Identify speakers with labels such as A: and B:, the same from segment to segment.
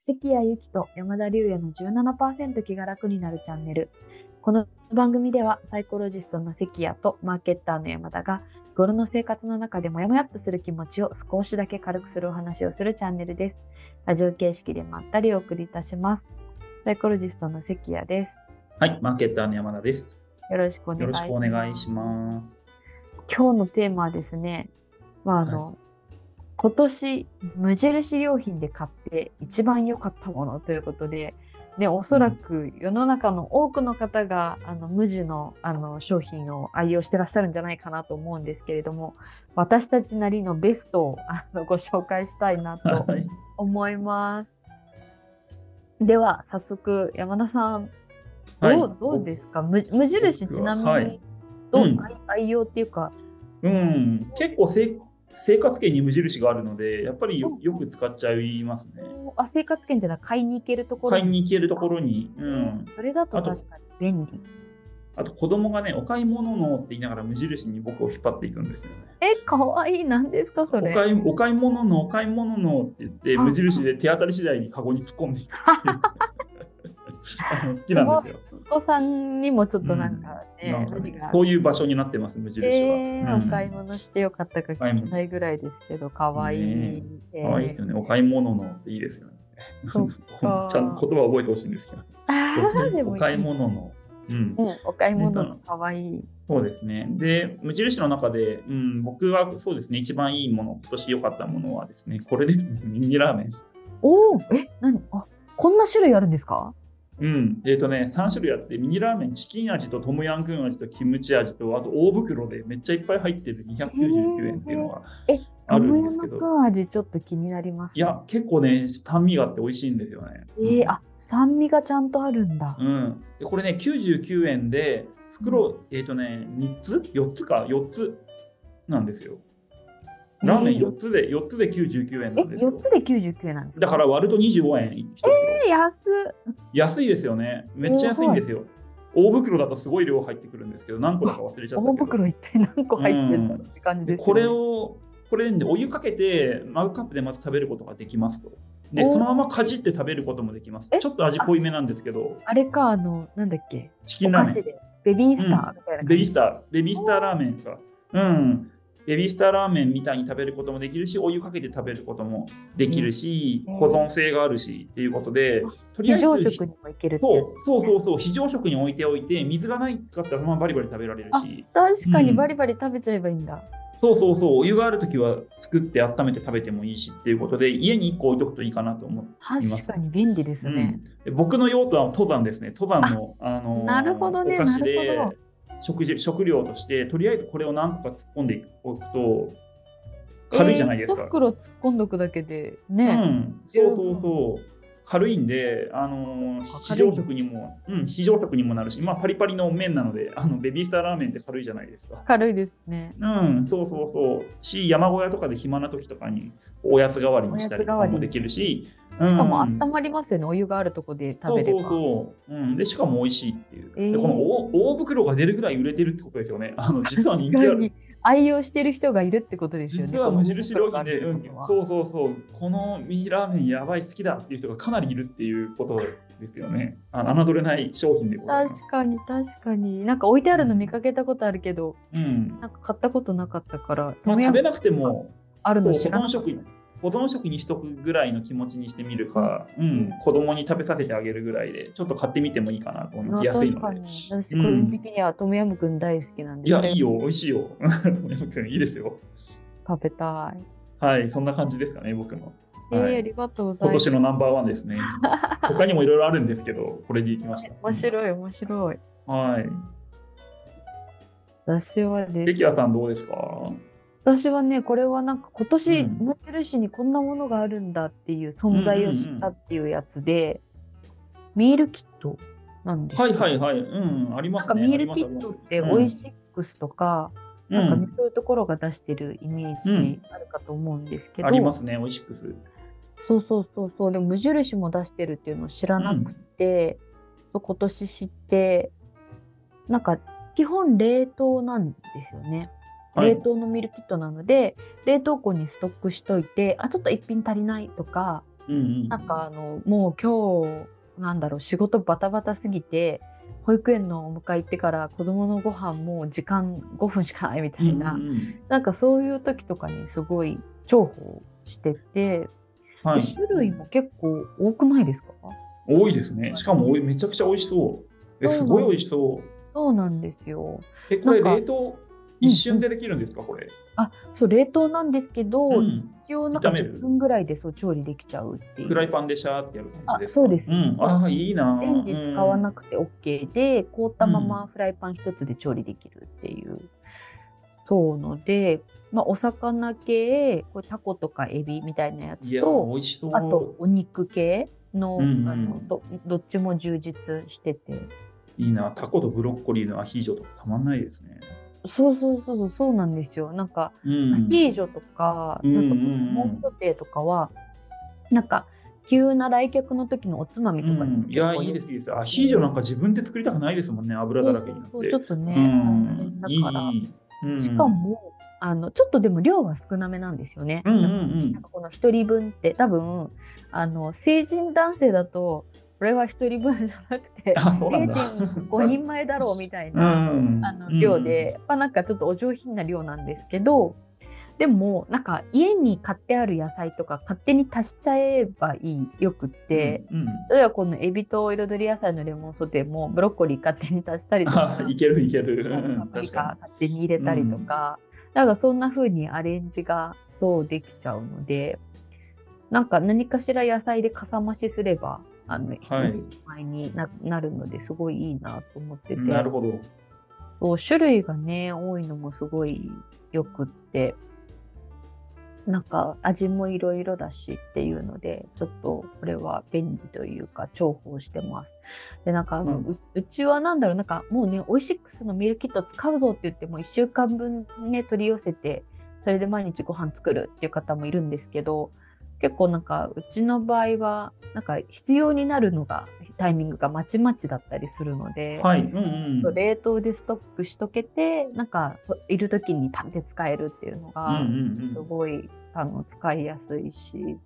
A: 関谷由紀と山田龍也の17%気が楽になるチャンネルこの番組ではサイコロジストの関谷とマーケッターの山田が日頃の生活の中でモヤモヤっとする気持ちを少しだけ軽くするお話をするチャンネルですラジオ形式でまったりお送りいたしますサイコロジストの関谷です
B: はい、マーケッターの山田です。
A: よろしくお願
B: よ
A: い
B: ろしくお願いし
A: す
B: ます。
A: 今日のテーマはですね、まああの今年無印良品で買って一番良かったものということで、ね、おそらく世の中の多くの方が、あの無地のあの商品を愛用してらっしゃるんじゃないかなと思うんですけれども私たちなりのベストをあのご紹介したいな と
B: はい、
A: 思います。では早速山田さんどう,、
B: はい
A: どうですか無無印
B: 僕は
A: ちなみに、
B: はい
A: どう
B: うん
A: 愛愛用っていうか
B: うん、結構せ生活圏に無印があるので、やっぱりよよく使っちゃいますね。
A: あ生活圏じゃない買いに行けるところ
B: 買いに行けるところに、うん。
A: それだと
B: あと
A: 確かに便利
B: あと子供がね、お買い物のって言いながら無印に僕を引っ張っていくんですよね。
A: えかわいいなんですかそ
B: お
A: れ
B: 買いお買い物の、お買い物のって言って、
A: あ
B: 無印で手当たり次第にカゴに突っ込んでいくって いう。あの好きなんですよ。
A: 息子さんにもちょっとなんかね,、
B: なんか
A: 無理
B: ね
A: が
B: そういう場所になってます、無印は。
A: えー
B: うん
A: お買い物してよかったか聞きたいぐらいですけどかわいい、
B: ね
A: え
B: 可愛いですよね。お買い物のっていいですよね。
A: そっ
B: ちゃんと言葉覚えてほしいんですけど。
A: ーでも
B: お買い物の。うん、
A: うん、お買い物のかわいい、
B: そうですね。で、無印の中で、うん、僕がそうですね、一番いいもの、今年良かったものはですね、これですね、 ミニラーメン。
A: おおえ何あこんな種類あるんですか
B: うん、えっ、とね、3種類あって、ミニラーメン、チキン味とトムヤンクン味とキムチ味と、あと大袋でめっちゃいっぱい入ってる299円っていうのが
A: え
B: あ
A: ト
B: る
A: ム
B: ん
A: ヤ
B: ですけ
A: ムク
B: ど、
A: ン味ちょっと気になります
B: いや、結構ね、酸味があって美味しいんですよね。
A: えー、あ酸味がちゃんとあるんだ、
B: うん、でこれね99円で袋、えっ、とね3つ4つか4つなんですよラーメン
A: えー
B: 4つで4つで99円
A: え、
B: なんですよ
A: 4つで99なんですか
B: だから割ると25円1袋、
A: え安っ
B: 安いですよねめっちゃ安いんですよ大袋だとすごい量入ってくるんですけど何個だか忘れちゃったけど
A: 大袋一体何個入ってるんだろうって感じ
B: で
A: です、ね
B: これをこれでお湯かけてマグカップでまず食べることができますとで
A: おー
B: そのままかじって食べることもできます
A: え
B: ちょっと味濃いめなんですけど
A: あれかあのなんだっけ
B: チキ
A: お
B: ンラ
A: 菓子
B: ーメン
A: でベビースターみたいな感じ、
B: ベビースター、ベビースターラーメンか。うん。ベビースターラーメンみたいに食べることもできるし、お湯かけて食べることもできるし、
A: うん
B: 保存性があるしっていうことで、とりあえ
A: 非
B: ず
A: 常食にもいけるって
B: そ
A: やつ
B: うそうそうそう、非常食に置いておいて、水がないかったらまあバリバリ食べられるし、
A: 確かに
B: うん
A: バリバリ食べちゃえばいいんだ、
B: そうそうそう、お湯があるときは作って温めて食べてもいいしっていうことで、家に1個置いとくといいかなと思って。
A: 確かに便利ですね、
B: うん、僕の用途は登山ですね登山のあ、のー
A: なるほどね
B: お菓子で
A: なるほ
B: 食事食料としてとりあえずこれを何個か突っ込んでおくと軽いじゃないです
A: えー
B: か
A: 一、袋突っ込んどくだけで
B: う
A: ね、
B: ん、そうそうそう軽いんで、あのー
A: 軽い
B: 非常食にも、うん、非常食にもなるし、まあ、パリパリの麺なのであのベビースターラーメンって軽いじゃないですか。
A: 軽いですね
B: うん、そうそうそう。し、山小屋とかで暇な時とかにおやつ代わりにしたりとかもできるし、
A: しかも
B: うん
A: 温まりますよね、お湯があるとこで食べれば
B: そうそうそう、うん、でしかも美味しいっていう、
A: えー
B: でこの大大袋が出るぐらい売れてるってことですよ ねあの実は人気あ
A: 確か
B: る
A: に愛用してる人がいるってことですよね
B: 実は無印良品で、
A: この
B: うん
A: 袋があるってことは
B: そうそうそうこのミニラーメンやばい好きだっていう人がかなりいるっていうことですよねあの侮れない商品でございます、
A: 確かに確かになんか置いてあるの見かけたことあるけど、
B: うん
A: なんか買ったことなかったからト
B: まあ、
A: ムヤ
B: 食
A: ムク
B: べ
A: ン
B: なくても
A: ある
B: そう
A: の
B: 保
A: 知ら
B: 存
A: ん
B: 食に保存食にしとくぐらいの気持ちにしてみるか、うん、子供に食べさせてあげるぐらいでちょっと買ってみてもいいかなと思います安い
A: 確
B: の
A: か
B: で
A: に私個人的にはトムヤムクン大好きなんで
B: い
A: す
B: やいいよ美味しいよ いいですよ
A: 食べたい
B: はい、そんな感じですかね、僕の。
A: えー
B: はい
A: ありがとうござい
B: 今
A: ます
B: 年のナンバーワンです ね。他にもいろいろあるんですけど、これに行きました。
A: 面白い面白い
B: はい。
A: 私はで
B: 関
A: す
B: 谷さん、どうですか
A: 私はねこれはなんか今年
B: うん
A: 無印にこんなものがあるんだっていう存在を知ったっていうやつで、ミールキットなんです
B: はいはいはい。うん、ありま
A: なん
B: す
A: か
B: ね。
A: ミールキットってオイシックスとか、
B: な
A: なんかね、そういうところが出してるイメージあるかと思うんですけど、
B: ありますね、オイシックス。
A: そうそうそうそうでも無印も出してるっていうのを知らなくて、そう今年知ってなんか基本冷凍なんですよね、
B: はい
A: 冷凍のミルキットなので冷凍庫にストックしといてあちょっと一品足りないとか
B: うんうん
A: なんかあのもう今日なんだろう仕事バタバタすぎて保育園のお迎え行ってから子供のご飯もう時間5分しかないみたいな、
B: うんうんうん
A: なんかそういう時とかにすごい重宝してて、
B: はい
A: で、種類も結構多くないですか
B: 多いですね。しかもおいめちゃくちゃ美味しそう。え
A: そう
B: すごい美味しそう。
A: そうなんですよ。
B: え、これ
A: なんか
B: 冷凍一瞬でできるんですか、これ。
A: あそう冷凍なんですけど、
B: うん。
A: 一応なんか
B: 炒める
A: 10分ぐらいでそう調理できちゃうっていう。
B: フライパンでシャーってやる感じですか。
A: あそうです
B: ん、ああ、いいな。
A: レンジ使わ
B: く
A: なくて OK で、凍ったま
B: う
A: ま
B: ん
A: フライパン一つで調理できるっていう、そうので、まあ、お魚系こうタコとかエビみたいなや
B: い
A: つ
B: やー、美
A: と
B: 味しそう。
A: あとお肉系の,、
B: うんうん
A: あのどどっちも充実してて
B: いいな。タコとブロッコリーのアヒージョとかたまんないですね。
A: そうそうそうそうそうなんですよなんか
B: う
A: ア
B: ん。
A: ヒージョとか、
B: うん
A: なんか
B: うんうん
A: モンソテーとかはなんか急な来客の時のおつまみとかにも
B: うん、いや
A: 結構
B: いいですいいですアヒージョなんか自分で作りたくないですもんね油だらけになって
A: そうそうそうちょっとね、
B: うん
A: だ
B: いい
A: から
B: いいうん
A: しかも、あのちょっとでも量は少なめなんですよね。
B: うんうん
A: なんかこの一人分って多分あの成人男性だとこれは一人分じゃなくて
B: あそうなん だ
A: 0.5人前だろうみたい
B: うんう
A: な、
B: ん
A: あの量で、まあ、なんかちょっとお上品な量なんですけどでもなんか家に買ってある野菜とか勝手に足しちゃえばいいよくって。
B: うんうん
A: 例えばこのエビと彩り野菜のレモンソテーもブロッコリー勝手に足したりとか
B: あ いけるいけるう
A: パ
B: んうん
A: プリカ
B: 確か
A: 勝手に入れたりとか、なんかそんな風にアレンジがそうできちゃうのでなんか何かしら野菜でかさ増しすればあの一
B: はい
A: 人前にな,、なるのですごいいいなと思ってて
B: になるほど
A: そう種類がね多いのもすごいよくってなんか味もいろいろだしっていうのでちょっとこれは便利というか重宝してます。でなんかあの、
B: うん
A: ううちはなんだろうなんかもうねオイシックスのミールキット使うぞって言っても1週間分ね取り寄せてそれで毎日ご飯作るっていう方もいるんですけど結構なんかうちの場合はなんか必要になるのがタイミングがまちまちだったりするので。
B: はいうんうん
A: そう冷凍でストックしとけてなんかそいる時にパンって使えるっていうの
B: うん
A: が
B: うん
A: すごい、あの使いやすいし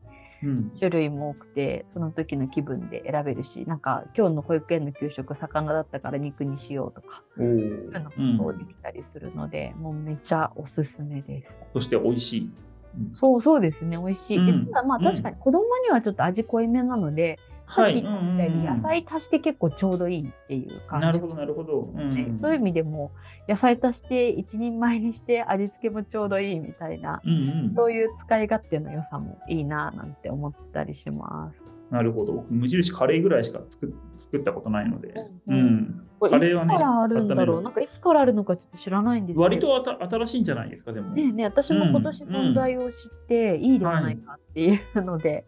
B: うんうん
A: 種類も多くてその時の気分で選べるしなんか今日の保育園の給食魚だったから肉にしようとか
B: お
A: そういうの
B: ー
A: もそううんできたりするので、もうめちゃおすすめです。
B: そして美味しいうん
A: そうそうですね美味しい、
B: うん
A: でただまあ
B: うん
A: 確かに子供にはちょっと味濃いめなので、さ
B: は
A: っ
B: い
A: き
B: う
A: 言
B: ん
A: った
B: う
A: ようんに野菜足して結構ちょうどいいっていう感じ
B: なるほどなるほどうん
A: ねそういう意味でも野菜足して一人前にして味付けもちょうどいいみたいな
B: うんうん
A: そういう使い勝手の良さもいいなぁなんて思ってたりします。
B: なるほど僕無印カレーぐらいしか作っ作ったことないので
A: う
B: うんん
A: これ
B: カ
A: い
B: レ
A: つ
B: ー
A: か
B: はね
A: らあるんだろ
B: 温め
A: う
B: る
A: なんかいつからあるのかちょっと知らないんですけど
B: 割とあた新しいんじゃないですかでも
A: ねえねえ私も今年存在を知っていいではないかっていうので、
B: はい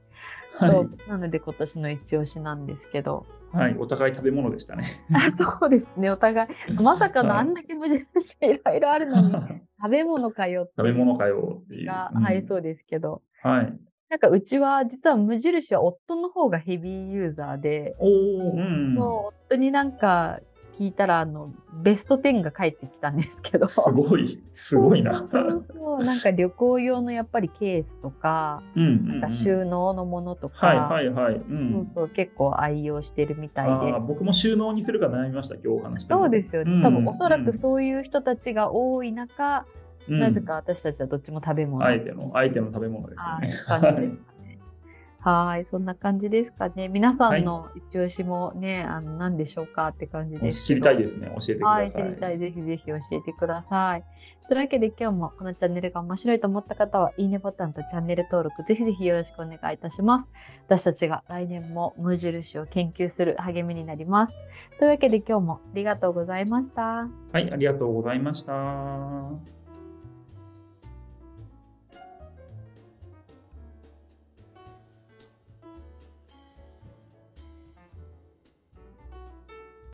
A: そうなので今年の一押しなんですけど
B: はい、お互い食べ物でしたね。
A: あ そうですねお互いまさかのあんだけ無印いろいろあるの に食べ物かよって
B: 食べ物かよっていう。
A: が入りそううですけど、
B: ん。はい。
A: なんかうちは実は無印は夫の方がヘビーユーザーで、
B: おお、うん。
A: もう夫になんか聞いたらあのベスト10が返ってきたんですけど。
B: すごい、すごいな。
A: そうそうそうなんか旅行用のやっぱりケースとか、
B: うんうんう
A: なん
B: ん。
A: か収納のものとか、
B: はいはいはい。う
A: そ
B: ん
A: う。そう結構愛用してるみたい
B: ああ
A: で。
B: 僕も収納にするか悩みました、今日お話してて
A: そうですよね、
B: うん
A: 多分おそらくそういう人たちが多い中、
B: うん
A: なぜか私たちはどっちも食べ物
B: あえての、あえての食べ物ですよ
A: はい
B: ね。
A: 感じ ですかね。はい、そんな感じですかね。皆さんの一押しもね、あの何でしょうかって感じですけ
B: 知り
A: ど。
B: たいですね、教えてくださ。
A: はいい、知りたい。ぜひぜひ教えてください。というわけで今日もこのチャンネルが面白いと思った方は、いいねボタンとチャンネル登録、ぜひぜひよろしくお願いいたします。私たちが来年も無印を研究する励みになります。というわけで今日もありがとうございました。
B: はい、ありがとうございました。